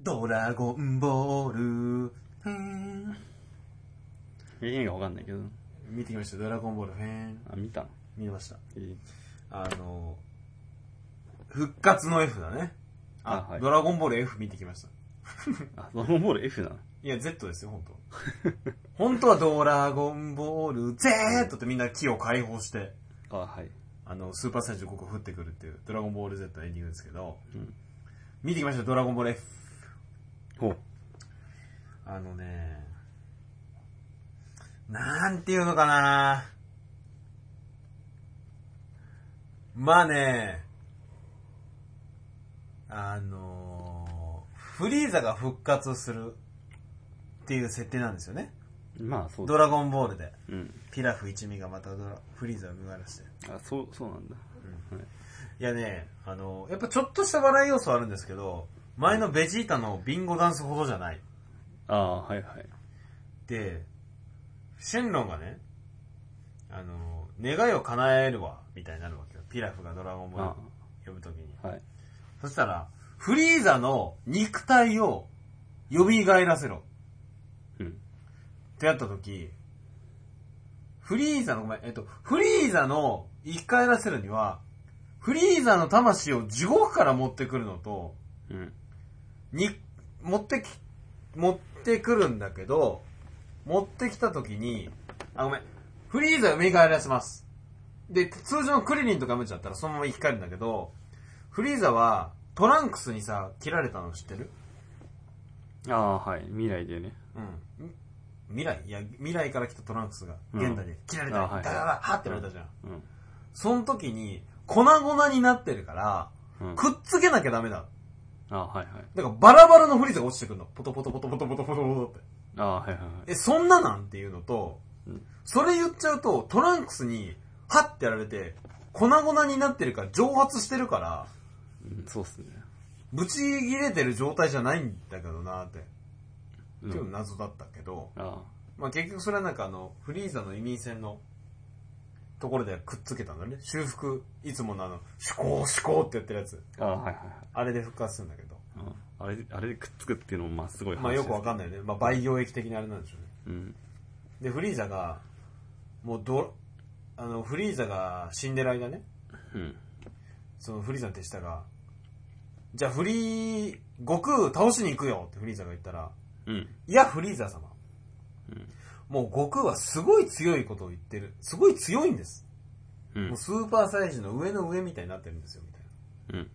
ドラゴンボール、ふーん。意味がわかんないけど。見てきました、ドラゴンボール、ふーん。あ、見たの見ました。いいあの、復活の F だね。あ、あはいドラゴンボール F 見てきました。あ、ドラゴンボール F なのいや、Z ですよ、 本当は本当はドラゴンボール Z ってみんな木を解放して、あ、はい。あの、スーパーサイジ5個降ってくるっていう、ドラゴンボール Z のエンディングですけど、うん見てきました、ドラゴンボール F。ほう。あのね、なんていうのかなまあね、あのフリーザが復活するっていう設定なんですよね。まあ、そうドだ。ラゴンボールで。うん。ピラフ一味がまたドラフリーザを脱がらして。あ、そう、そうなんだ。はいいやね、あの、やっぱちょっとした笑い要素はあるんですけど、前のベジータのビンゴダンスほどじゃない。ああ、はいはい。で、シェンロンがね、あの、願いを叶えるわ、みたいになるわけよ。ピラフがドラゴンボールあを呼ぶときに。あ、はい。そしたら、フリーザの肉体を蘇らせろ。うん。ってやったとき、フリーザの、ごめん、えっと、フリーザの生き返らせるには、フリーザの魂を地獄から持ってくるのと、うん。に、持ってき、持ってくるんだけど、持ってきた時に、あ、ごめん。フリーザを蘇らせます。で、通常のクリリンとかムチだったらそのまま生き返るんだけど、フリーザはトランクスにさ、切られたの知ってるああ、はい。未来でね。うん。ん未来いや、未来から来たトランクスが、うん現代で切られた。あだはかいら、はって言われたじゃん。うん。その時に、粉々になってるから、うん。くっつけなきゃダメだ。ああ、はいはい。だからバラバラのフリーザが落ちてくるの。ポトポトポトポトポトポトポトって。ああ、はいはいはい。え、そんななんっていうのと、うんそれ言っちゃうと、トランクスに、はってやられて、粉々になってるから、蒸発してるから、うん、そうっすね。ぶち切れてる状態じゃないんだけどなって、う今日ん。謎だったけど、あまあ結局それはなんかあの、フリーザの移民船の、ところでくっつけたんだね。修復、いつものあの、思考思考って言ってるやつ。あ、ああ、はいはいあれで復活するんだけど。はい。ああれ、あれでくっつくっていうのも、まあ、すごい話まあよくわかんんないよね。まあ培養液的なあれなんでしょうね。うん。で、フリーザが、もうど、あの、フリーザが死んでる間ね、うん。そのフリーザの手下が、じゃあフリー、悟空倒しに行くよってフリーザが言ったら、うん。いや、フリーザ様。うんもう悟空はすごい強いことを言ってる。すごい強いんです。うんもう。スーパーサイジの上の上みたいになってるんですよ、みたいな。うん。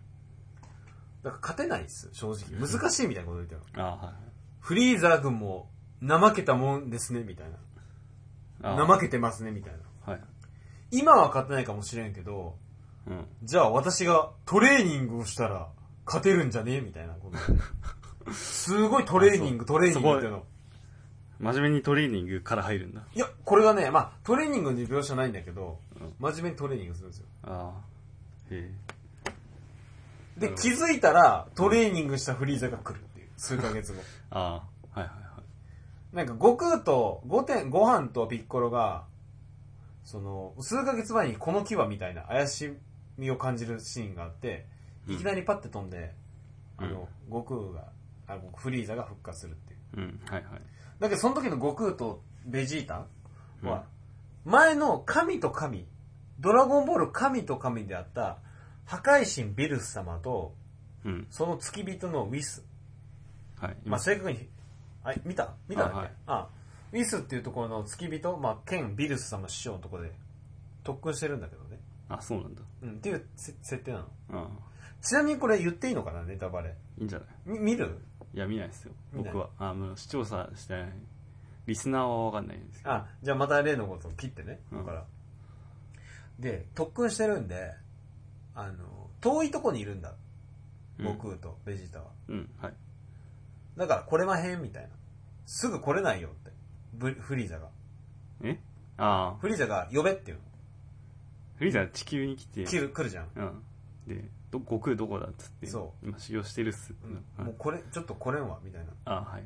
だから勝てないです、正直。難しいみたいなこと言ってる。ああ、はいはい。フリーザ君も、怠けたもんですね、みたいあな。あ、怠けてますね、みたいな。はい。今は勝てないかもしれんけど、うん。じゃあ私がトレーニングをしたら勝てるんじゃねえみたいな。このすごいトレーニング、トレーニングっていうの。真面目にトレーニングから入るんだ。いや、これがね、まあトレーニングの描写ないんだけどうん、真面目にトレーニングするんですよ。ああ。へで、なるほ気づいたらトレーニングしたフリーザが来るっていう、数ヶ月 後。え。ああ、はいはいはい。なんか悟空と、ごてん、ご飯とピッコロが、その、数ヶ月前にこの牙みたいな怪しみを感じるシーンがあって、いきなりパッて飛んで、あの、悟空が、あの、フリーザが復活するっていう。うん、はいはい。だけどその時の悟空とベジータは、前の神と神、ドラゴンボール神と神であった、破壊神ビルス様と、うん。その付き人のウィス。はい。まあ、正確に、あ、見た見ただっけあ,、はいウィスっていうところの付き人、まあ、剣ビルス様師匠のところで特訓してるんだけどね。あ、そうなんだ。うん、っていうせ設定なの。ああ。ちなみにこれ言っていいのかなネタバレ。いいんじゃないみ、見るいや、見ないですよ。見ない僕は。あもう視聴者してない。リスナーはわかんないんですけど。あ、じゃあまた例のことを切ってね。うんだから。で、特訓してるんで、あの、遠いとこにいるんだ。うん悟空とベジータは。うん、はい。だから来れまへんみたいな。すぐ来れないよって。ブフリーザが。えああ。フリーザが呼べっていうの。フリーザ地球に来て、来る来るじゃん。うん。で、ど、悟空どこだっつって、そ今修行してるっす。うんもうこれ、ちょっと来れんわ、みたいな。あはい。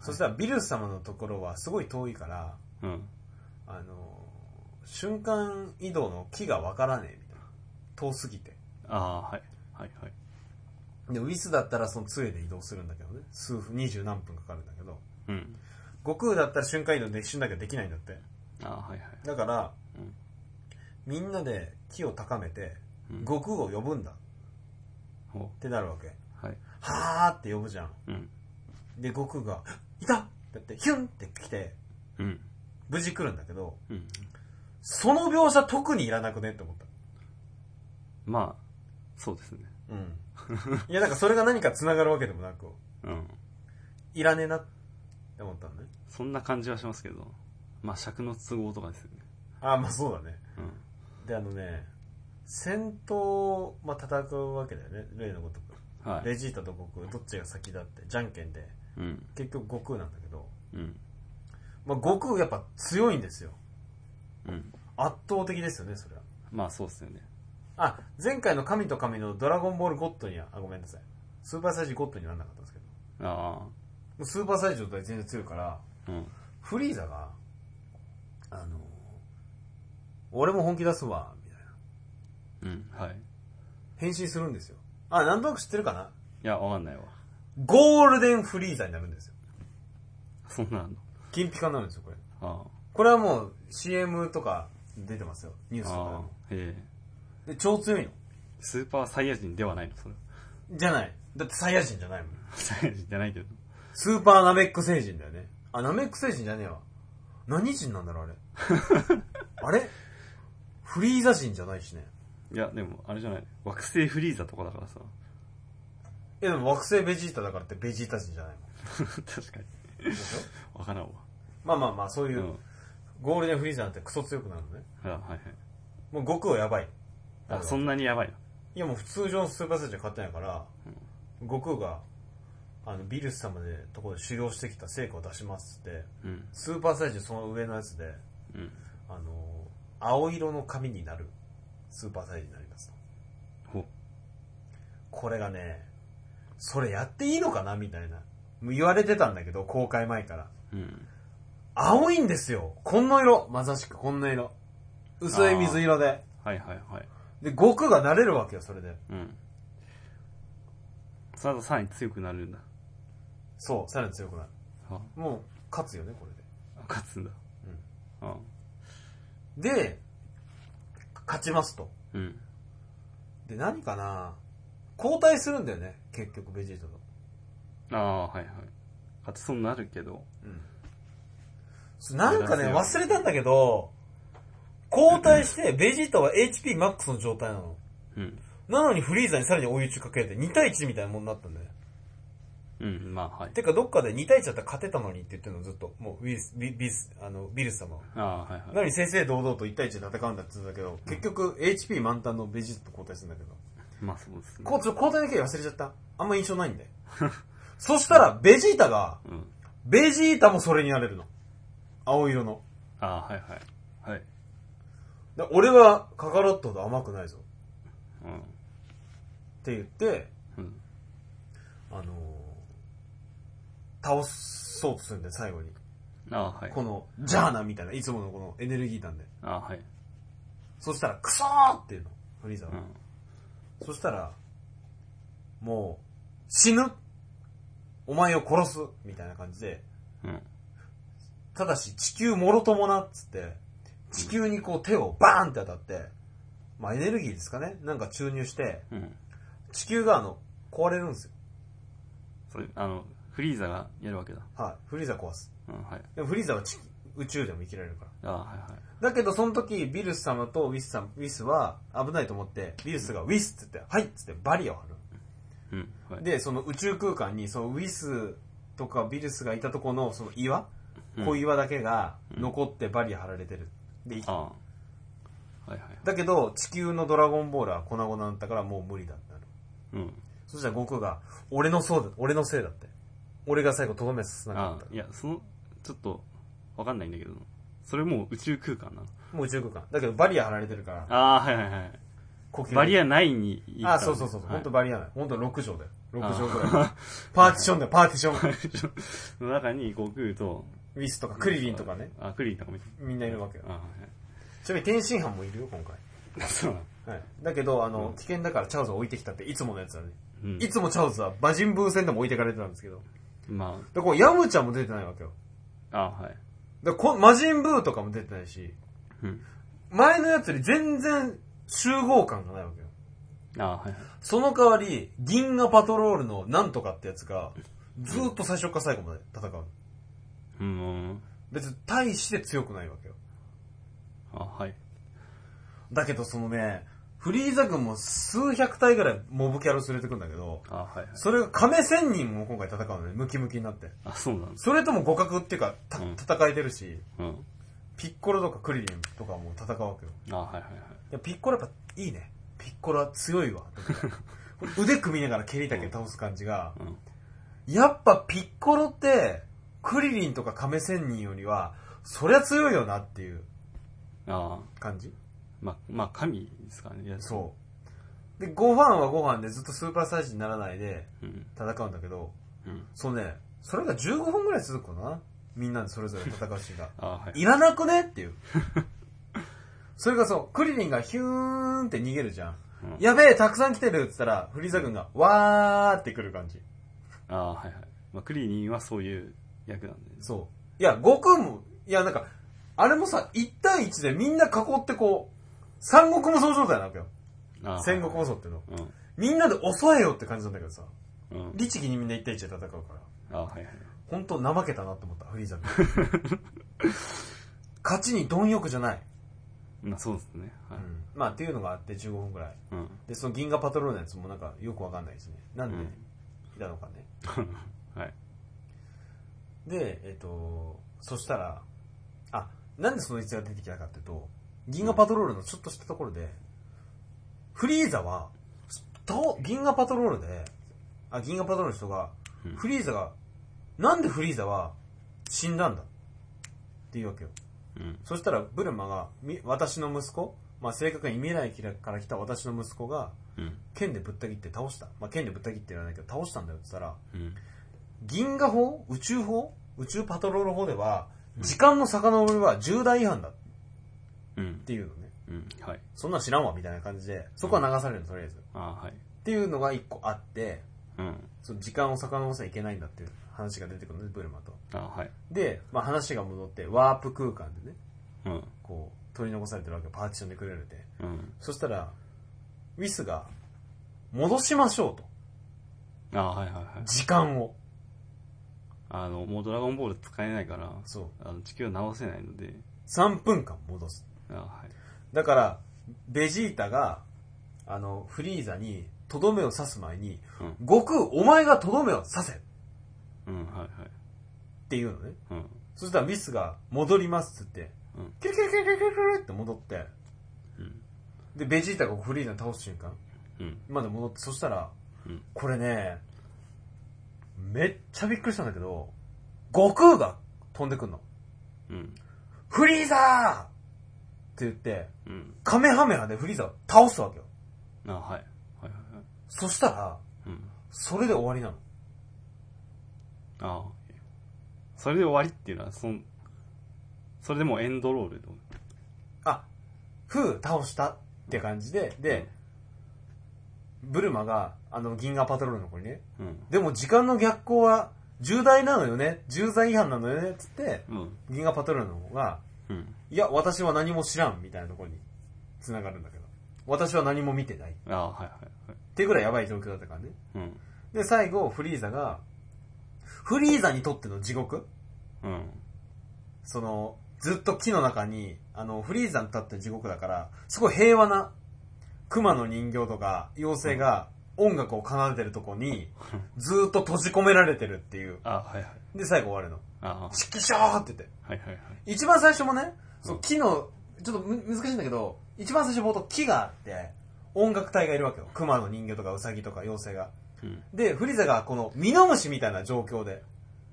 そしたらビルス様のところはすごい遠いから、うん。あのー瞬間移動の木がわからねえ、みたいな。遠すぎて。ああ、はい。はい、はい。で、ウィスだったらその杖で移動するんだけどね。数分、二十何分かかるんだけど。うん。悟空だったら瞬間移動で一瞬だけどできないんだって。ああ、はいはい。だから、うんみんなで気を高めて、うん悟空を呼ぶんだっほてなるわけ。う。はい。はーって呼ぶじゃん。うん。で、悟空が、いたってやって、ヒュンって来て、うん。無事来るんだけど、うん。その描写特にいらなくねって思った。まあ、そうですね。 うん。いや、なんかそれが何か繋がるわけでもなく、うん。いらねえなって思ったのね。そんな感じはしますけど。まあ、尺の都合とかですよね。あー、まあそうだね。うん。で、あのね、戦闘、まあ戦うわけだよね。例のごとく。はレい。ジータと悟空、どっちが先だって、じゃんけんで、うん。結局悟空なんだけど、うん。まあ悟空やっぱ強いんですよ。うん。圧倒的ですよね、それは。まあ、そうですよね。あ、前回の神と神のドラゴンボールゴッドには、あ、ごめんなさい。スーパーサイジゴッドにはなんなかったんですけど。あもうスーパーサイジの状態全然強いから、あ。うん。フリーザが、あの、俺も本気出すわ、みたいな。うん。はい。変身するんですよ。あ、なんとなく知ってるかないや、わかんないわ。ゴールデンフリーザになるんですよ。そんなの。金ピカになるんですよ、これ。あこれはもう CM とか出てますよ。ニューあ。スとかでああも。。へえ。で、超強いの。スーパーサイヤ人では ないの、それ。じゃない。だってサイヤ人じゃないもん。サイヤ人じゃないけど。スーパーナメック星人だよね。あ、ナメック星人じゃねえわ。何人なんだ ろう、あれ。あれフリーザ人じゃないしね。いや、でも、あれじゃない。惑星フリーザとかだからさ。 え、でも惑星ベジータだからってベジータ人じゃない確かに。の。でしょわからんわ。。まあまあまあ、そういううんゴールデンフリーザなんてクソ強くなるのね。あはいはい。もう悟空はやばい。あ、そんなにやばいいやもう普通常のスーパーサイヤ人は勝てないから、悟空が、あの、ビルス様でところで修行してきた成果を出しますって、な。うん。スーパーサイヤ人その上のやつで、うん。あの、青色の髪になるスーパーサイヤ人になりますと。ほこれがね、それやっていいのかなみたいな。もう言われてたんだけど、公開前から。う。うん。青いんですよこの色まさしくこんな色。薄い水色で。はいはいはい。で、悟空がなれるわけよ、それで。うん。その後さらに強くなるんだ。そう、さらに強くなる。あ、もう、勝つよね、これで。勝つんだ。あ、で、勝ちますと。うん。で、何かな交代するんだよね、結局、ベジータと。ああ、はいはい。勝ちそうになるけど。うん。なんかね、忘れたんだけど、交代して、ベジータは HP マックスの状態なの。うん。なのにフリーザにさらに追い打ちかけて、2対1みたいなもんになったんだよね。うん、まあはい。てか、どっかで2対1だったら勝てたのにって言ってるの、ずっと。もう、ウィス、ビビス、あの、ビルス様は。ああ、はいはい。なのに正々堂々と1対1で戦うんだって言うんだけど、結局、HP 満タンのベジータと交代するんだけど。まあそうですね。こう、ちょ、交代の経緯忘れちゃった。あんま印象ないんで。 そしたら、ベジータが、うん。ベジータもそれになれるの。青色の。ああ、はいはい。はい。で俺はカカロットほど甘くないぞ。うって言って、ん。うん。あのー倒そうとするんで、最後に。ああ、はい。この、ジャーナみたいな、いつものこのエネルギー弾で。ああ、はい。そしたら、クソーっていうの、フリーザうは。ん。そしたら、もう、死ぬお前を殺すみたいな感じで、うん。ただし地球もろともなっつって、地球にこう手をバーンって当たって、まあエネルギーですかねなんか注入して、うん。地球があの、壊れるんですよ。それ、あの、フリーザがやるわけだ。はい。フリーザ壊す。うん、はい。でもフリーザは地宇宙でも生きられるから。ああ、はいはい。だけどその時、ビルス様とウィス様、ウィスは危ないと思って、ビルスがウィスって言って、はいっつってバリアを張る。うん、はい。で、その宇宙空間に、そのウィスとかビルスがいたところのその岩、うん小岩だけが残ってバリア張られてる。で、生きああ。はいはいはい。だけど、地球のドラゴンボールは粉々だったからもう無理だってなる。うん。そしたら悟空が、俺のそうだ、俺のせいだって。俺が最後とどめさせなかあっあ、いや、その、ちょっと、わかんないんだけど、それもう宇宙空間なの。た。もう宇宙空間。だけどバリア張られてるから、ああ、はいはいはい。呼吸。 バリア内に行あ、そうそうそう。ほ本ん当とバリアない。本当6畳だよ。6畳ぐらい。あパーティションだよ、パーティション。の 中に悟空と、ウィスとかクリリンとかね。あ、クリリンとか見てみんないるわけよあ。あ、はちなみに天津飯もいるよ、今回。い。そうなのはい、だけどあの、うん危険だからチャウズを置いてきたっていつものやつだね、うんいつもチャウズは馬人分戦でも置いてかれてたんですけどまだからヤムチャも出てないわけよあ、あだはい。からこ魔人ブーとかも出てないしうん。前のやつより全然集合感がないわけよああ、はいはい。その代わり銀河パトロールのなんとかってやつがずーっと最初から最後まで戦ううん。別に大して強くないわけよあはい。だけどそのねフリーザ軍も数百体ぐらいモブキャラ連れてくんだけどあはいはい。それが亀仙人も今回戦うのねムキムキになってあ、そうなんです。それとも互角っていうか、たうん戦えてるし、うん。ピッコロとかクリリンとかも戦うわけよ。あはいはいはい。いや、ピッコロやっぱいいね。ピッコロは強 いわ。腕組みながら蹴りだけ倒す感じが、うん。やっぱピッコロって、クリリンとか亀仙人よりは、そりゃ強いよなっていうああ、感じまあ、まあ、神ですからね。いやそう。で、ご飯はご飯でずっとスーパーサイズにならないでう。うん。戦うんだけど、うん。そうね、それが15分ぐらい続くかなみんなでそれぞれ戦うシーンが。 あはい。いらなくねっていう。 それがそう、クリリンがヒューンって逃げるじゃん。うんやべえ、たくさん来てるって言ったら、フリーザ軍が、わーって来る感じ。あはいはい。まあ、クリリンはそういう役なんで。そう。いや、悟空も、いや、なんか、あれもさ、1対1でみんな囲ってこう、三国無双状態なわけよ。ああ戦国無双っていうの。うん。みんなで襲えよって感じなんだけどさ、うん。律儀にみんな1対1で戦うから、あはいはい。ほんと怠けたなって思った、フリーザ軍。 勝ちに貪欲じゃない。まあ、そうですね。うはい。ん。まあ、っていうのがあって15分ぐらい。うん。で、その銀河パトロールのやつもなんかよくわかんないですね。なんでうんいたのかね。はい。で、えっ、と、そしたら、あ、なんでその逸話が出てきたかっていうと、銀河パトロールのちょっとしたところで、フリーザは、と銀河パトロールで、あ、銀河パトロールの人がうん、フリーザが、なんでフリーザは死んだんだっていうわけよ。うん。そしたらブルマが、み私の息子、まあ正確に未来から来た私の息子が、うん。剣でぶった切って倒した。まあ、剣でぶった切ってやらないけど倒したんだよって言ったら、うん。銀河法宇宙法宇宙パトロール法では、うん時間の遡りは重大違反だっうん。ていうのね。うん。はい。そんなん知らんわみたいな感じで、そこは流されるの、とりあえず。っあはい。ていうのが一個あって、うん。その時間を遡らせちゃいけないんだっていう話が出てくるのね、ブルマと。あはい。で、まあ、話が戻って、ワープ空間でね、うん。こう、取り残されてるわけ、パーティションでくれるて。うん。そしたら、ウィスが、戻しましょうと。あはいはいはい。時間を。あの、もうドラゴンボール使えないから、そう。あの地球を直せないので、 3分間戻す。あはい。だから、ベジータが、あの、フリーザに、とどめを刺す前に、うん。悟空、お前がとどめを刺せっうん、はいはい。ていうのね。うん。そしたらミスが、戻りますっつってうん、キュルキュルキュルキュルキュルって戻って、うん。で、ベジータがフリーザに倒す瞬間うん。まで戻って、そしたらうん、これね、めっちゃびっくりしたんだけど、悟空が飛んでくんの。うん。フリーザーって言って、うん。カメハメハでフリーザを倒すわけよ。あはい。はいはいはい。そしたら、うん。それで終わりなの。あそれで終わりっていうのは、そん、それでもうエンドロールってこあ、ふう、倒したって感じで、とで、、ブルマが、あの、銀河パトロールの子にね、うん。でも時間の逆行は重大なのよね、重罪違反なのよね、つって、うん。銀河パトロールの方が、うん。いや、私は何も知らん、みたいなところに繋がるんだけど、私は何も見てない。っあはいはいてぐらいやばい状況だったからね。はい。うん。で、最後、フリーザが、フリーザにとっての地獄うん。その、ずっと木の中に、あの、フリーザに立ってる地獄だから、すごい平和な、熊の人形とか、妖精が音楽を奏でてるとこに、ずーっと閉じ込められてるっていう。あはいはい。で、最後終わるの。あチキショーって言って。はいはいはい。一番最初もね、そううん木の、ちょっとむ難しいんだけど、一番最初冒頭木があって、音楽隊がいるわけよ。熊の人形とかウサギとか妖精が。うん。で、フリーザがこのミノムシみたいな状況で、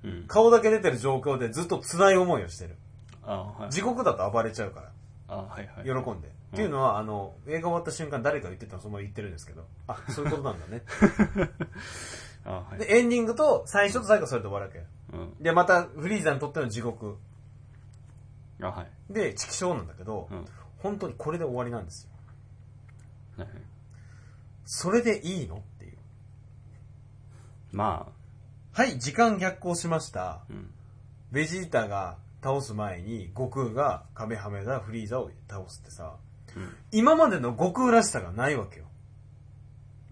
うん。顔だけ出てる状況でずっと辛い思いをしてる。あはい。地獄だと暴れちゃうから。あはいはい。喜んで。っていうのは、あの、映画終わった瞬間誰か言ってたのそのまま言ってるんですけど、あ、そういうことなんだね。あは い。で、エンディングと最初と最後それで終わるわけよ。うん。で、またフリーザにとっての地獄。あはい。で、チキショーなんだけどう、ん。本当にこれで終わりなんですよ。はいそれでいいのっていう。まはい、時間逆行しました。あ、うん。ベジータが倒す前に、悟空がカメハメダ、フリーザを倒すってさ、うん今までの悟空らしさがないわけよ。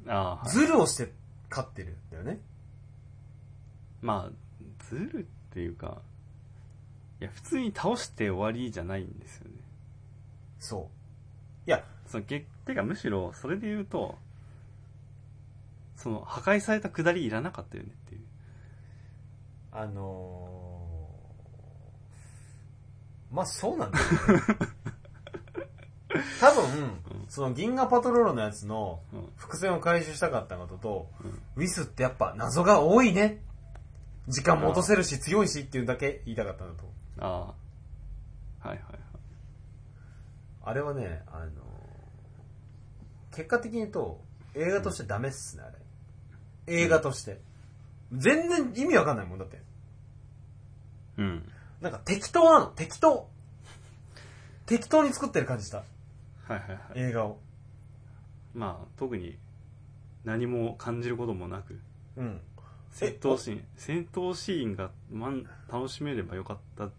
ああ、はいズルをして勝ってるんだよね。まあ、ずるっていうか、いや、普通に倒して終わりじゃないんですよね。そう。いや、その、げ、てかむしろ、それで言うと、その、破壊された下りいらなかったよねっていう。あのー、まあそうなんだ よ、ね。多分、その銀河パトロールのやつのうん。伏線を回収したかったのとと、うんウィスってやっぱ謎が多いね。時間も落とせるし強いしっていうだけ言いたかったのと。ああ。はいはいはい。あれはね、あのー結果的に言うと映画としてダメっすね、あれ。映画として。全然意味わかんないもんだって。うん。なんか適当なの、適当。適当に作ってる感じした、はいはいはい。映画を。まあ、特に、何も感じることもなく、うん。戦闘シーン、戦闘シーンが、まん、楽しめればよかった、っ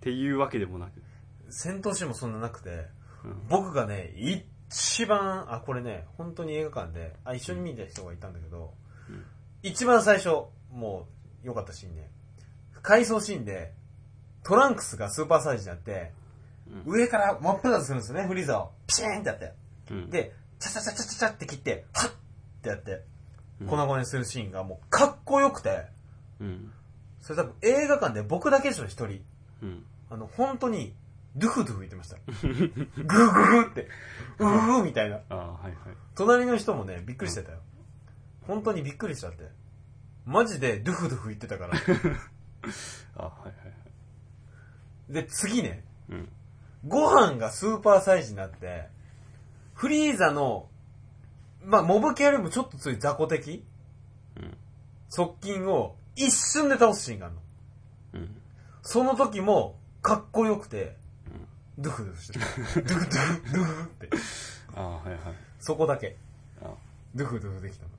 ていうわけでもなく。戦闘シーンもそんななくて、うん。僕がね、一番、あ、これね、本当に映画館で、あ、一緒に見てた人がいたんだけど、うん一番最初、もう、良かったシーンね。回想シーンで、トランクスがスーパーサイズになって、うん上から真っ二つするんですよね、フリーザを。ピシーンってやって。うん、で、チャチャチャチャチャチャって切って、ハッってやって、うん粉々にするシーンがもうかっこよくて、うん。それ多分映画館で僕だけですよ、一人。うん。あの、本当に、ドゥフドゥフ言って ました。グーグーグーって、うーうーみたいな。ああ、はいはい。隣の人もね、びっくりしてたよ。本当にびっくりしたって。マジで、ドゥフドゥフ言ってたから。ああ、はいはいはい。で、次ね、うん。ご飯がスーパーサイズになって、フリーザの、まあ、モブキャラよりもちょっとつい雑魚的うん。側近を一瞬で倒すシーンがあるの。うん。その時も、かっこよくて、うんドゥフドゥフしてた。ドゥフドゥフ、ドゥフって。ああ、はいはい。そこだけ。ああ。ドゥフドゥフできたの。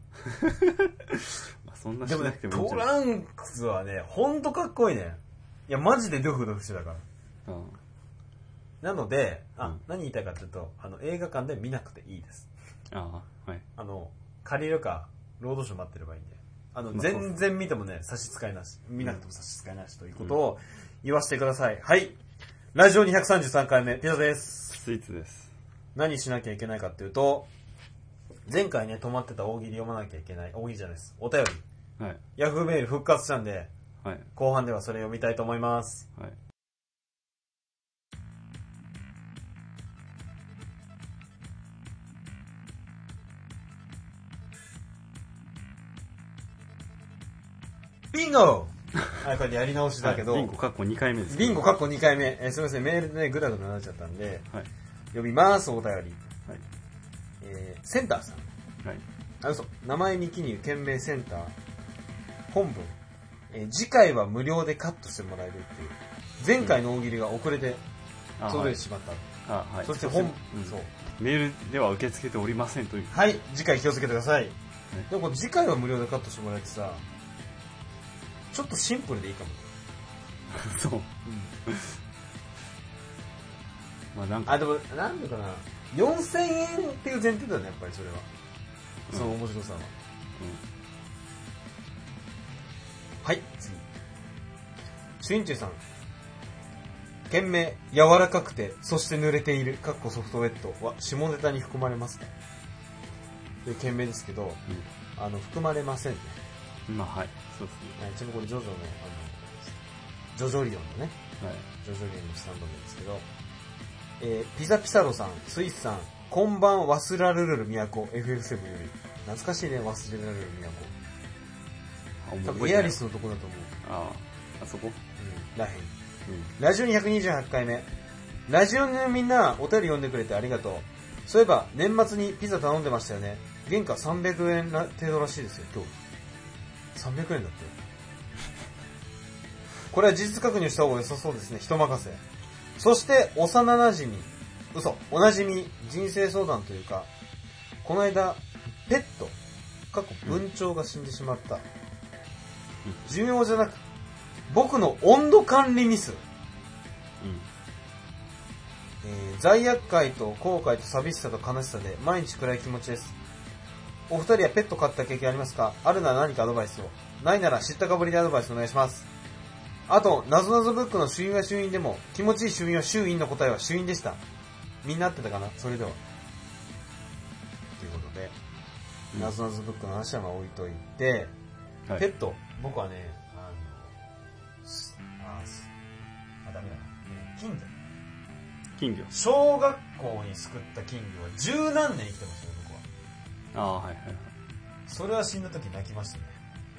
まあ、そんなしでもなねくて、もいいんトじゃないランクスはね、ほんとかっこいいね。いや、マジでドゥフドゥフしてたから。うんなので、あ、うん何言いたいかというと、あの、映画館で見なくていいです。ああ、はい。あの、借りるか、労働省待ってればいいんで。あの、まあそうそう全然見てもね、差し支えなし。見なくても差し支えなしということを言わせてください。はい。ラジオ233回目、ピザです。スイーツです。何しなきゃいけないかっていうと、前回ね、止まってた大喜利読まなきゃいけない、大喜利じゃないです。お便り。はい。ヤフーメール復活したんで、はい。後半ではそれ読みたいと思います。はい。ビンゴはい、これでやり直しだけど、 はいビンゴかっこ2回目です。ビンゴかっこ2回目。えーすみません、メールでね、ぐだぐだなっちゃったんで、はい。呼びます、お便り。はい。えー、センターさん。はい。あ、嘘。名前に記入、件名センター。本文。えー次回は無料でカットしてもらえるっていう。前回の大喜利が遅れてあ届いはいてしまった。あはい。そして本、うんそう。メールでは受け付けておりませんという。はい、次回気をつけてください。でもこれ次回は無料でカットしてもらえてさ、ちょっとシンプルでいいかも。そう。まあなんか、あ、でも、なんだかな。4000円っていう前提だね、やっぱりそれは。うんその面白さは。はい、次。シュンチュさん。件名、柔らかくて、そして濡れている、かっこソフトウェットは下ネタに含まれますかという件名ですけど、あの、含まれませんね。うん。まあはい。そうではいちなみにこれジョジョの、あの、ジョジョリオンのね、すね。はい。ジョジョリオンのスタンドなんですけど、えー、ピザピサロさん、スイスさん、こんばんワスラルルル都、FF7 より。懐かしいね、ワスラルルル都。あ覚え多分てないエアリスのとこだと思う。ああ、あそこうん、らへん。うラジオ228回目。ラジオのみんなお便り読んでくれてありがとう。そういえば年末にピザ頼んでましたよね。原価300円ら程度らしいですよ、今日。300円だって。これは事実確認した方が良さそうですね、人任せ。そして、幼馴染み、嘘。おなじみ、人生相談というか、この間、ペット、過去文鳥が死んでしまった。寿命じゃなく、僕の温度管理ミス。えー罪悪感と後悔と寂しさと悲しさで毎日暗い気持ちです。お二人はペット飼った経験ありますかあるなら何かアドバイスを。ないなら知ったかぶりでアドバイスお願いします。あと、なぞなぞブックの主因は主因でも、気持ちいい主因は主因の答えは主因でした。みんな合ってたかなそれでは。ということで、うんなぞなぞブックの話はまあ置いといて、うんはいペット、僕はね、あの、すあ、すあ、ダメだな。えー金魚。金魚小学校に救った金魚は十何年生きてますね、僕は。ああはいはいはいそれは死んだ時泣きましたね。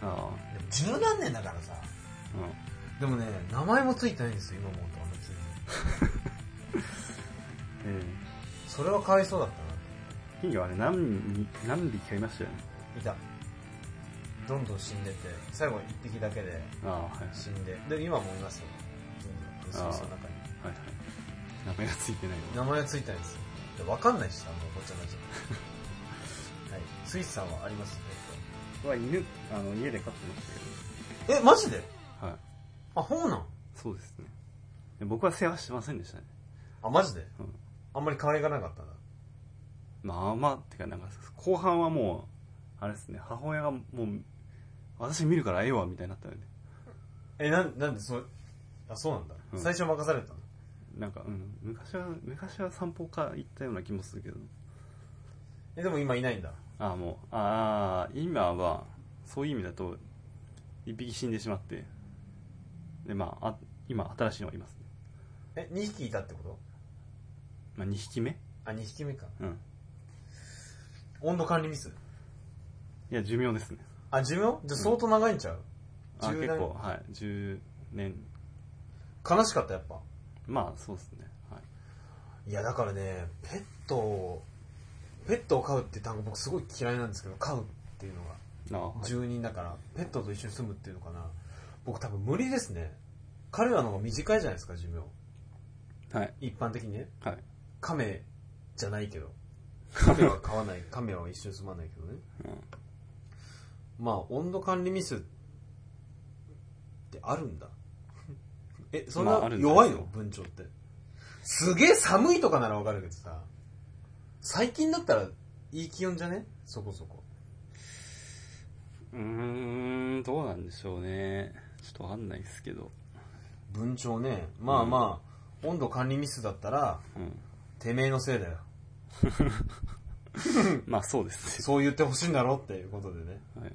あでも十何年だからさ。あでもね、名前もついてないんですよ、今思うと。別に。うんえそれはかわいそうだったなっー金魚あれ何何匹かいましたよねて。いた。どんどん死んでて、最後一匹だけでああはい死んで。で、今もいますよ。金魚の水槽の中に。はいはい名前がついてないわ名前はついてないんですよ。でわかんないしさ、もうごちゃごち ゃ。はい。スイスさんはあります僕は犬あの家で飼ってましたけえ、マジでどはいあ、ほうなんそうですねで僕は世話してませんでしたねあ、マジで、うんあんまり可愛がらなかったな。まあまあってかなんか後半はもうあれですね母親がもう私見るからええわみたいになったよねえ、なん、なんでそう、あ、そうなんだ。うん最初任されたのなんか、うん、昔は昔は散歩か行ったような気もするけどえ、でも今いないんだ。ああもうああ今はそういう意味だと一匹死んでしまってでまああ今新しいのがいますね、え、2匹いたってことまあ、2匹目あ、2匹目か。うん温度管理ミス。いや寿命ですねあ、寿命じゃあ相当長いんちゃう、あ10結年構はい10年悲しかった、やっぱ。まあそうですねはいいや、だからね、ペットを、ペットを飼うって単語僕すごい嫌いなんですけど、飼うっていうのが、ああ、はい住人だから、ペットと一緒に住むっていうのかな。僕多分無理ですね。彼らの方が短いじゃないですか、寿命。はい一般的にね。はい亀じゃないけど。亀は飼わ ない。亀は一緒に住まないけどね。うんまあ、温度管理ミスってあるん だ。え、そんまああなるんだ弱いの文鳥って。すげえ寒いとかならわかるけどさ、最近だったらいい気温じゃねそこそこ。うーんどうなんでしょうねちょっとわかんないですけど文鳥ね、まあまあ、温度管理ミスだったら、うんてめえのせいだよ。まあそうですそう言ってほしいんだろっていうことでね。ね、はい、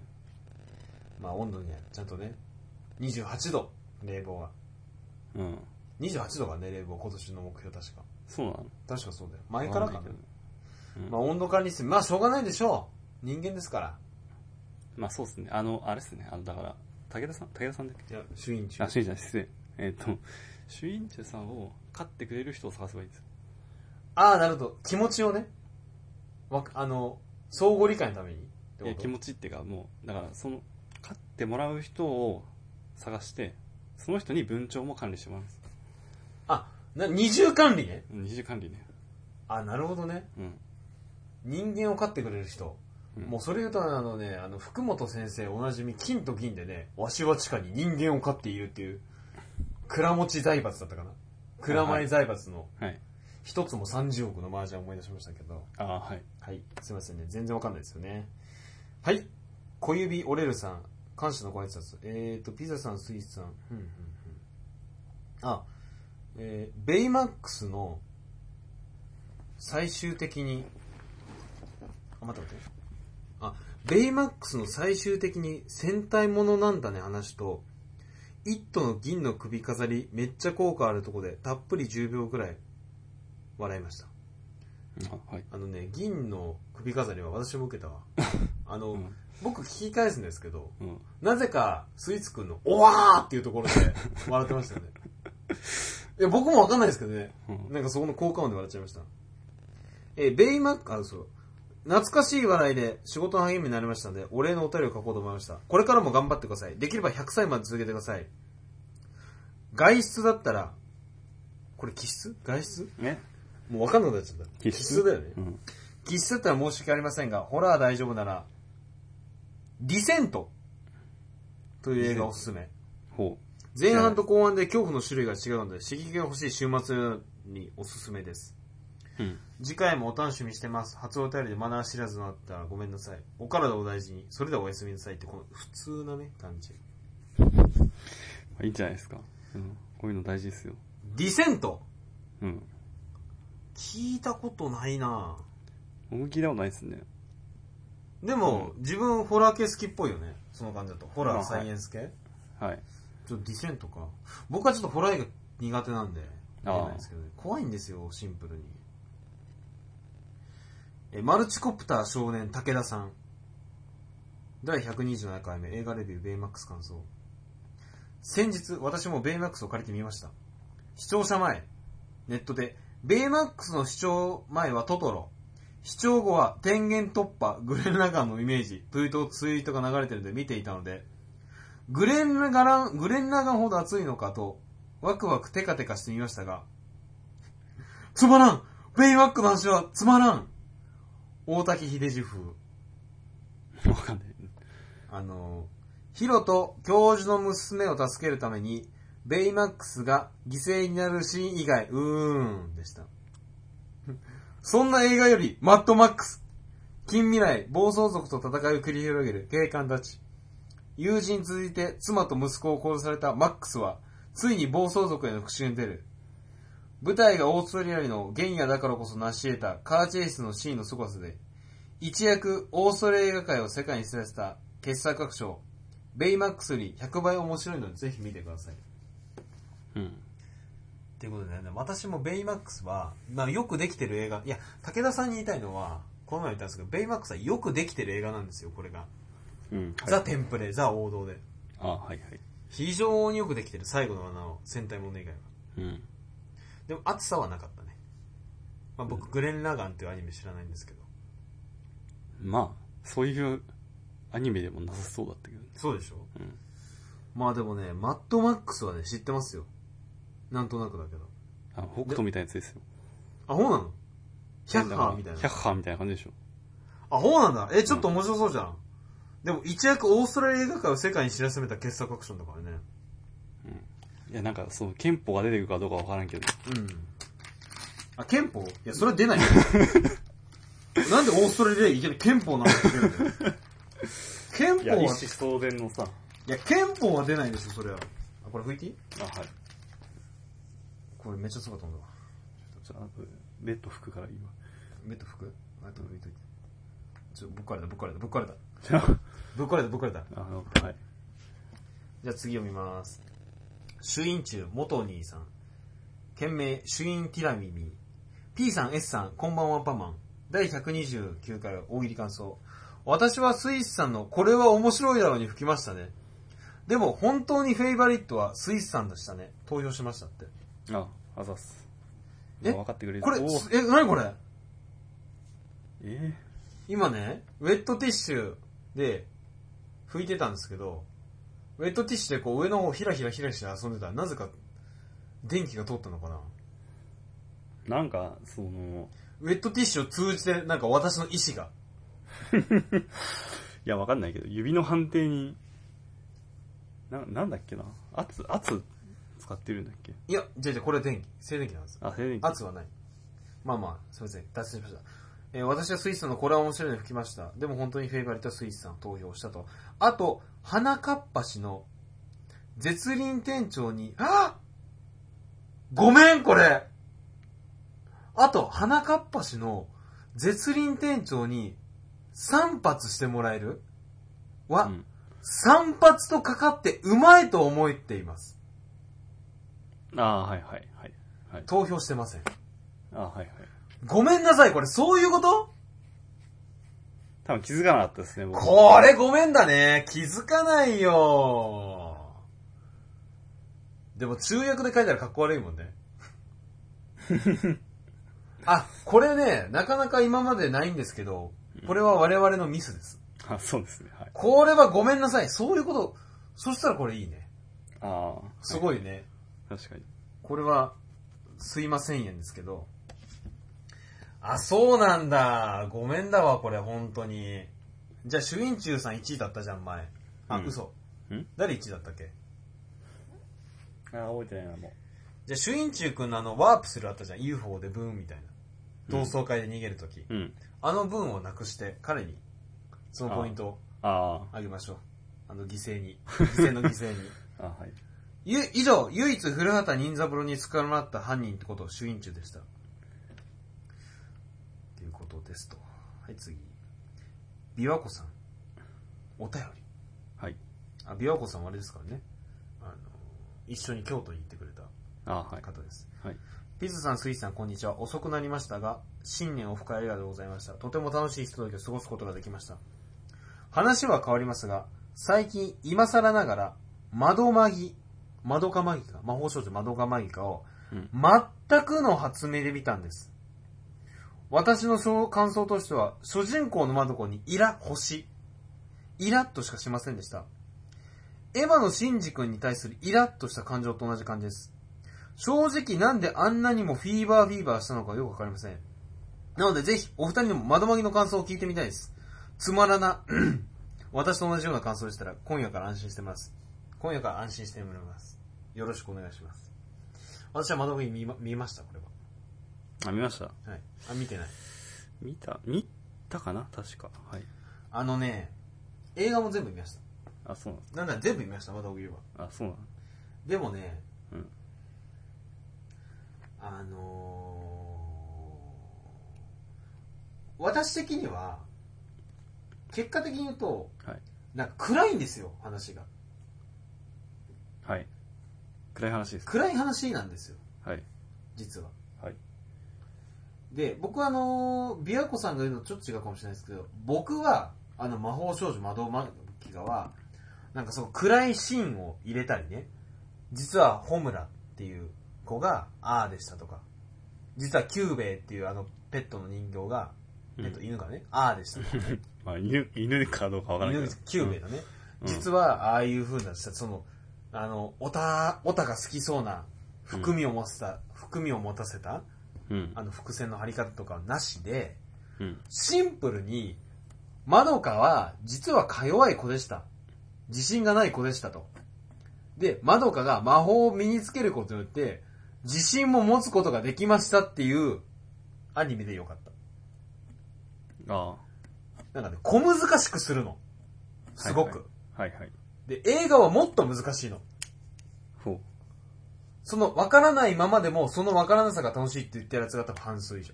まあ温度にはちゃんとね、28度、冷房が。うん28度がね、冷房、今年の目標確か。そうなの確かそうだよ。前からかわんなないけ。どうんまあ温度管理室、まあしょうがないでしょう。人間ですから。まあそうですね。あの、あれですね。あの、だから、武田さん、武田さんだっけいや、主員あ、主任者失礼。えっ、と、主任者さんを飼ってくれる人を探せばいいんですよ。ああ、なるほど。気持ちをね。わか、あの、相互理解のために。っていこやと気持ちっていうか、もう、だから、その、飼ってもらう人を探して、その人に文鳥も管理してもらうんです。あ、な、二重管理ね。うん二次管理ね。あ、なるほどね。うん。人間を飼ってくれる人。うんもうそれ言うとあのね、あの、福本先生おなじみ、金と銀でね、わしは地下に人間を飼っているっていう、倉持財閥だったかな。蔵前財閥のはい。一つも30億の麻雀を思い出しましたけど。ああ、はい。はい。すいませんね。全然わかんないですよね。はい。小指折れるさん。感謝のご挨拶。えーと、ピザさん、スイーツさん。うんうんうん。あ、えー、ベイマックスの最終的に、あ、待って待って。あ、ベイマックスの最終的に戦隊ものなんだね話と、イットの銀の首飾りめっちゃ効果あるとこでたっぷり10秒くらい笑いました。あはい。あのね、銀の首飾りは私も受け たわ。あの、うん僕聞き返すんですけど、うん。なぜか、スイーツくんの、おわーっていうとこ ろで、笑ってましたよね。いや、僕もわかんないですけどね。うんなんかそこの効果音で笑っちゃいました。えーベイマック、あ、そう。懐かしい笑いで仕事の励みになりましたので、お礼のお便りを書こうと思いました。これからも頑張ってください。できれば100歳まで続けてください。外出だったら、これ気質外出えもう分かんなくなっちゃった。必須だよねう。ん。喫茶ってのは申し訳ありませんが、ホラー大丈夫なら、リセントという映画おすすめ。ほ前半と後半で恐怖の種類が違うので、刺激が欲しい週末におすすめです。う。うん。次回もお楽しみにしてます。初お便りでマナー知らずのあったらごめんなさい。お体お大事に。それではおやすみなさいって、この普通なね、感じ。まあいいんじゃないですか。うん。こういうの大事ですよ。ディセントうん。聞いたことないなぁ僕聞いたことないですね。でも、自分ホラー系好きっぽいよね。その感じだと。ホラまーあサイエンス系、はい。ちょっとディセントか。僕はちょっとホラー映画苦手なんで、見あーれないですけどね。怖いんですよ、シンプルに。え、マルチコプター少年武田さん。第127回目映画レビューベイマックス感想。先日、私もベイマックスを借りてみました。視聴者前、ネットで、ベイマックスの視聴前はトトロ、視聴後は天元突破、グレンラガンのイメージというとツイートが流れてるので見ていたので、グレンラガン、グレンラガンほど熱いのかと、ワクワクテカテカしてみましたが、つまらんベイマックの話はつまらん大竹秀治風。わかんない。あの、ヒロと教授の娘を助けるために、ベイマックスが犠牲になるシーン以外、うーん、でした。 そんな映画より、マッドマックス近未来、暴走族と戦いを繰り広げる警官たち。友人続いて妻と息子を殺されたマックスは、ついに暴走族への復讐に出る。舞台がオーストラリアの原野だからこそ成し得たカーチェイスのシーンの凄さで、一躍オーストラリア映画界を世界に知らせた傑作各賞、ベイマックスより100倍面白いのでぜひ見てください。うん。っていうことでね、私もベイマックスは、まあよくできてる映画、いや、武田さんに言いたいのは、この前も言ったんですけど、ベイマックスはよくできてる映画なんですよ、これが。うん。はい、ザ・テンプレ、ザ・王道で。あ、はいはい。非常によくできてる、最後の穴を、戦隊もの以外は。うん。でも暑さはなかったね。まあ僕、グレン・ラガンっていうアニメ知らないんですけど。まあ、そういうアニメでもなさそうだったけどね。そうでしょうん。まあでもね、マッドマックスはね、知ってますよ。なんとなくだけど。あ、北斗みたいなやつですよ。あ、ほうなのキャッハーみたいなヒャ。ッハーみたいな感じでしょ。あ、そうなんだ。え、ちょっと面白そうじゃん。でも、一躍オーストラリア映画界を世界に知らしめた傑作アクションだからね。いや、なんか、そう、憲法が出てくるかどうかわからんけど。うん。あ、憲法いや、それは出 ないよなんでオーストラリアいきなり憲法の話出るんだよ。 憲法は、い相伝のさ。や、憲法は出ないでしょ、それは。あ、これ拭いていいあ、はい。これめっちゃそうかと思うわ。じゃあ、あと、ベッド服から今。ベッド拭くあと拭いといて。ちょ、ぶっ壊れた、ぶっ壊れた、ぶっ壊れた。じゃ あ、ぶっ壊れた、ぶっ壊れた。あの、はい。じゃあ次読みます。主因中、元兄さん。件名、主因ティラミミ。P さん、S さん、こんばんは、パンマン。第129回、大喜利感想。私はスイスさんの、これは面白いだろうに吹きましたね。でも、本当にフェイバリットはスイスさんでしたね。投票しましたって。あ、あざっす。え分かってくれるこれおー、え、なにこれえ今ね、ウェットティッシュで拭いてたんですけど、ウェットティッシュでこう上の方をひらひらひらひら遊んでたら、なぜか電気が通ったのかなーなんか、その、ウェットティッシュを通じて、なんか私の意思が。いや、わかんないけど、指の判定に、な、なんだっけな圧、圧使ってるんだっけいや、じゃあじゃあこれは電気。静電気なんです。あ、静電気。圧はない。まあまあ、すいません。脱線しました。えー私はスイスさんのこれは面白いのに吹きました。でも本当にフェイバリットはスイスさんを投票したと。あと、花かっぱ氏の絶輪店長に、あごめん、これあと、花かっぱ氏の絶輪店長に3発してもらえるは、うん。散髪とかかってうまいと思っています。あーはいはいはい。はい。投票してません。あーはいはい。ごめんなさい、これそういうこと多分気づかなかったですね、僕。これごめんだね。気づかないよ。でも中訳で書いたらかっこ悪いもんね。 あ、これね、なかなか今までないんですけど、これは我々のミスです。あ、そうですね、はい。これはごめんなさい。そういうこと、そしたらこれいいね。ああ、はすごいね。確かに。これは、すいませんやんですけど、あ、そうなんだ。ごめんだわ、これ、本当に。じゃあ、朱印中さん1位だったじゃん、前。あ、うん嘘。ん誰1位だったっけあー覚えてないなもじゃあ、朱印中くんのあの、ワープするあったじゃん。UFO でブーンみたいな。同ん窓会で逃げるとき。ううんあの分をなくして、彼に、そのポイントをああげましょう。あの、犠牲に。犠牲の犠牲に。ーあはいゆ、以上、唯一古畑任三郎に捕まった犯人ってことを主因中でした。ということですと。はい、次。琵琶湖さん。お便り。はいあ、琵琶湖さんはあれですからね。あの、一緒に京都に行ってくれたあーはい方です。はいピズさん、スイさん、こんにちは。遅くなりましたが、新年オフ会映画でございました。とても楽しいひとときを過ごすことができました。話は変わりますが、最近、今更ながら、窓マギ、窓かマギか、魔法少女窓かマギかをうん、全くの発明で見たんです。私の小感想としては、主人公の窓子にイラ、星。イラッとしかしませんでした。エヴァのシンジ君に対するイラッとした感情と同じ感じです。正直なんであんなにもフィーバーフィーバーしたのかよくわかりません。なのでぜひお二人の窓まぎの感想を聞いてみたいです。つまらな、 私と同じような感想でしたら今夜から安心してます。今夜から安心して眠れます。よろしくお願いします。私は窓まぎ見ま見ました、これあ見ましたは。はい。あ、見てない。見た見たかな確かはいあのね、映画も全部見ました。あそうなんなんだ、全部見ました、窓まぎは。あそうなんでもね、うんあのー、私的には、結果的に言うと、はいなんか暗いんですよ、話が。はい暗い話です暗い話なんですよ、はい実は。はいで、僕はあのー、琵琶湖さんが言うのとちょっと違うかもしれないですけど、僕は、あの、魔法少女窓マギガは、なんかその暗いシーンを入れたりね、実はホムラっていう子が、あーでしたとか、実はキューベイっていうあの、ペットの人形が、ペット、犬がね、あーでしたとか、まあ犬犬かどうかわからない犬でけどすキューベイうんだね。うん実は、ああいう風な、その、あの、オタ、オタが好きそうな、含みを持たせた、含みを持たせた、うんあの、伏線の張り方とかはなしで、うんシンプルに、まどかは、実はか弱い子でした。自信がない子でしたと。で、まどかが魔法を身につけることによって、自信も持つことができましたっていう、アニメでよかった。あなんかね、小難しくするの。すごく。あはいはいで、映画はもっと難しいの。ほうその、わからないままでも、そのわからなさが楽しいって言ってるやつが多分半数以上。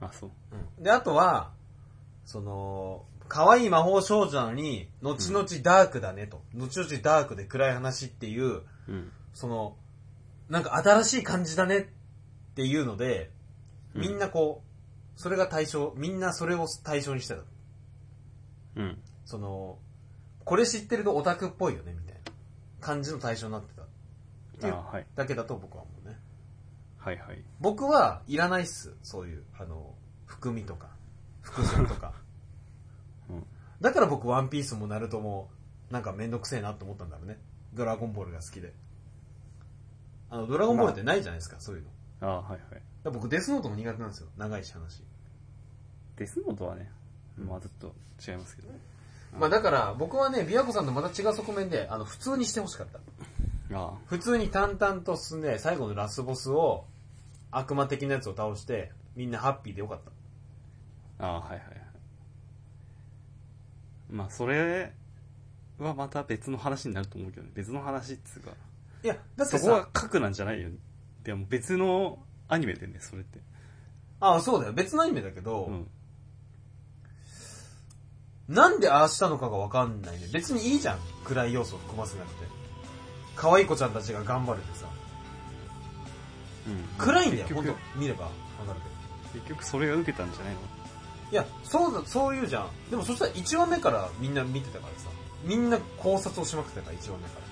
あそうで、あとは、その、可愛い魔法少女なのに、後々ダークだねと。後々ダークで暗い話っていう、うんその、なんか新しい感じだねっていうので、みんなこう、それが対象、みんなそれを対象にしてた。うんその、これ知ってるとオタクっぽいよね、みたいな感じの対象になってた。あていうはいだけだと僕は思うね。はいはい僕はいらないっす。そういう、あの、含みとか、服装と か。うんだから僕ワンピースもナルトも、なんかめんどくせえなって思ったんだろうね。ドラゴンボールが好きで。あの、ドラゴンボールってないじゃないですか、そういうの。だかああはいはいら僕デスノートも苦手なんですよ。長いし話。デスノートはねまあちょっと違いますけどまあだから、僕はね、琵琶湖さんとまた違う側面で、あの、普通にしてほしかった。あ普通に淡々と進んで、最後のラスボスを、悪魔的なやつを倒して、みんなハッピーでよかった。あああはいはいはいまあそれはまた別の話になると思うけどね別の話っつうかいや、だってそさ、こは核なんじゃないよでも別のアニメでねそれってああ、そうだよ。別のアニメだけど、うんなんでああしたのかがわかんないね。別にいいじゃん。暗い要素を含ませなくて。可愛い子ちゃんたちが頑張るってさ。暗いんだよ、結ほん局と。見ればわかるけど。結局それが受けたんじゃないのいや、そうだ、そういうじゃん。でもそしたら1話目からみんな見てたからさ。みんな考察をしまくってたから、1話目から。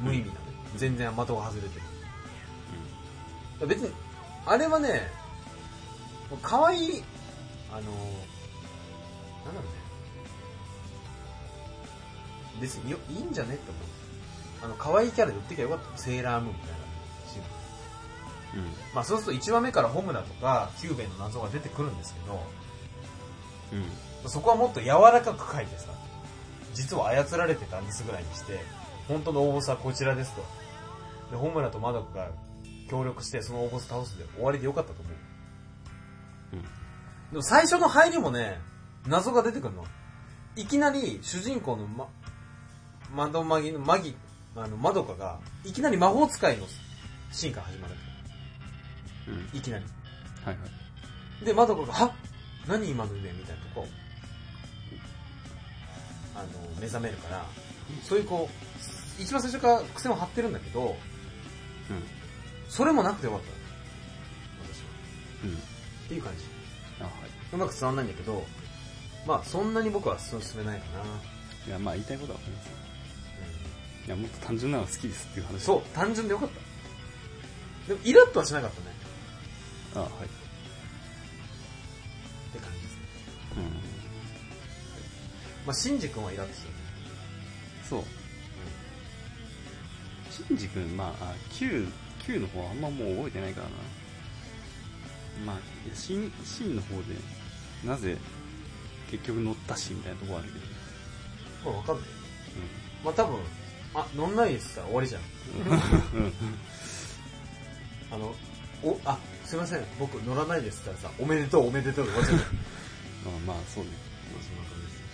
無意味なね。全然的が外れてる。別に、あれはね、もう可愛い、あの、なんだろうね。別によいいんじゃねって思う。あの、可愛いキャラで売ってきゃよかった。セーラームーンみたいな。シンプまあそうすると1話目からホムラとかキューベの謎が出てくるんですけど、うんうんそこはもっと柔らかく書いてさ、実は操られてたんですぐらいにして、本当の大ボスはこちらですと。で、ホムラとマドクが協力してその大ボス倒すで終わりでよかったと思う。うんでも最初の入りもね、謎が出てくるの。いきなり主人公のま、窓マギの、マギ、あの、マドカが、いきなり魔法使いのシーンから始まる。うんいきなり。はいはいで、窓子が、はっ何今の夢みたいなとこ、あの、目覚めるから、そういうこう、一番最初から癖を張ってるんだけど、うそれもなくてよかったの。私は。んうんっていう感じ。あはい。うまく伝わんないんだけど、まあそんなに僕は進めないかな。いや、まあ言いたいことはわかりますよういや、もっと単純なのが好きですっていう話。ん、そう、単純でよかった。でも、イラッとはしなかったね。あはい。って感じですね。うん。まあ、シンジ君はイラッとする。そう。シンジ君、まあ、あ Q、Q の方はあんまもう覚えてないからな。まあ、いやシン、シンの方で、なぜ、結局乗ったし、みたいなとこあるけど。これわかんない。まあ多分、あ、乗んないですから終わりじゃん。 うん。うんあの、お、あ、すいません、僕乗らないですからさ、おめでとう、おめでとうで終わっちゃった。ままあ、まあ、そうね。あ、そんな感じですね。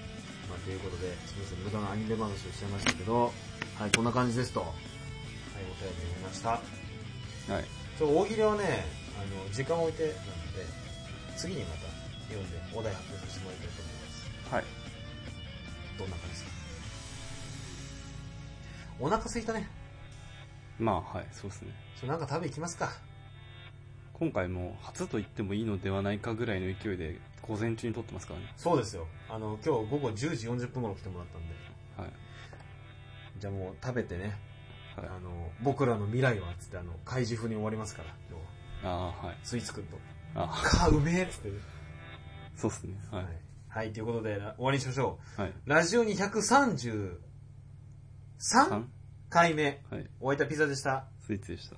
まあ、ということで、すみません、無駄なアニメ話をしちゃいましたけど、はい、こんな感じですと。はい、お便り読みました。はい。ちょ、大喜利はね、あの、時間を置いてなので、次にまた読んで、お題発表させてもらいたいと思います。はい。どんな感じですかお腹すいたね。まあ、はい、そうですね。ちょ、なんか食べ行きますか。今回も、初と言ってもいいのではないかぐらいの勢いで、午前中に撮ってますからね。そうですよ。あの、今日午後10時40分頃来てもらったんで。はい。じゃあもう食べてね、はい。あの、僕らの未来は、つって、あの、開示風に終わりますから、今日は。ああ、はい。スイーツくんと。あか、うめえっつって、ね。そうっすね。ははいい。。はい、ということで、ら終わりにしましょはい。う。ラジオに133 3? 回目、はい。お会いたピザでした。スイーツでした。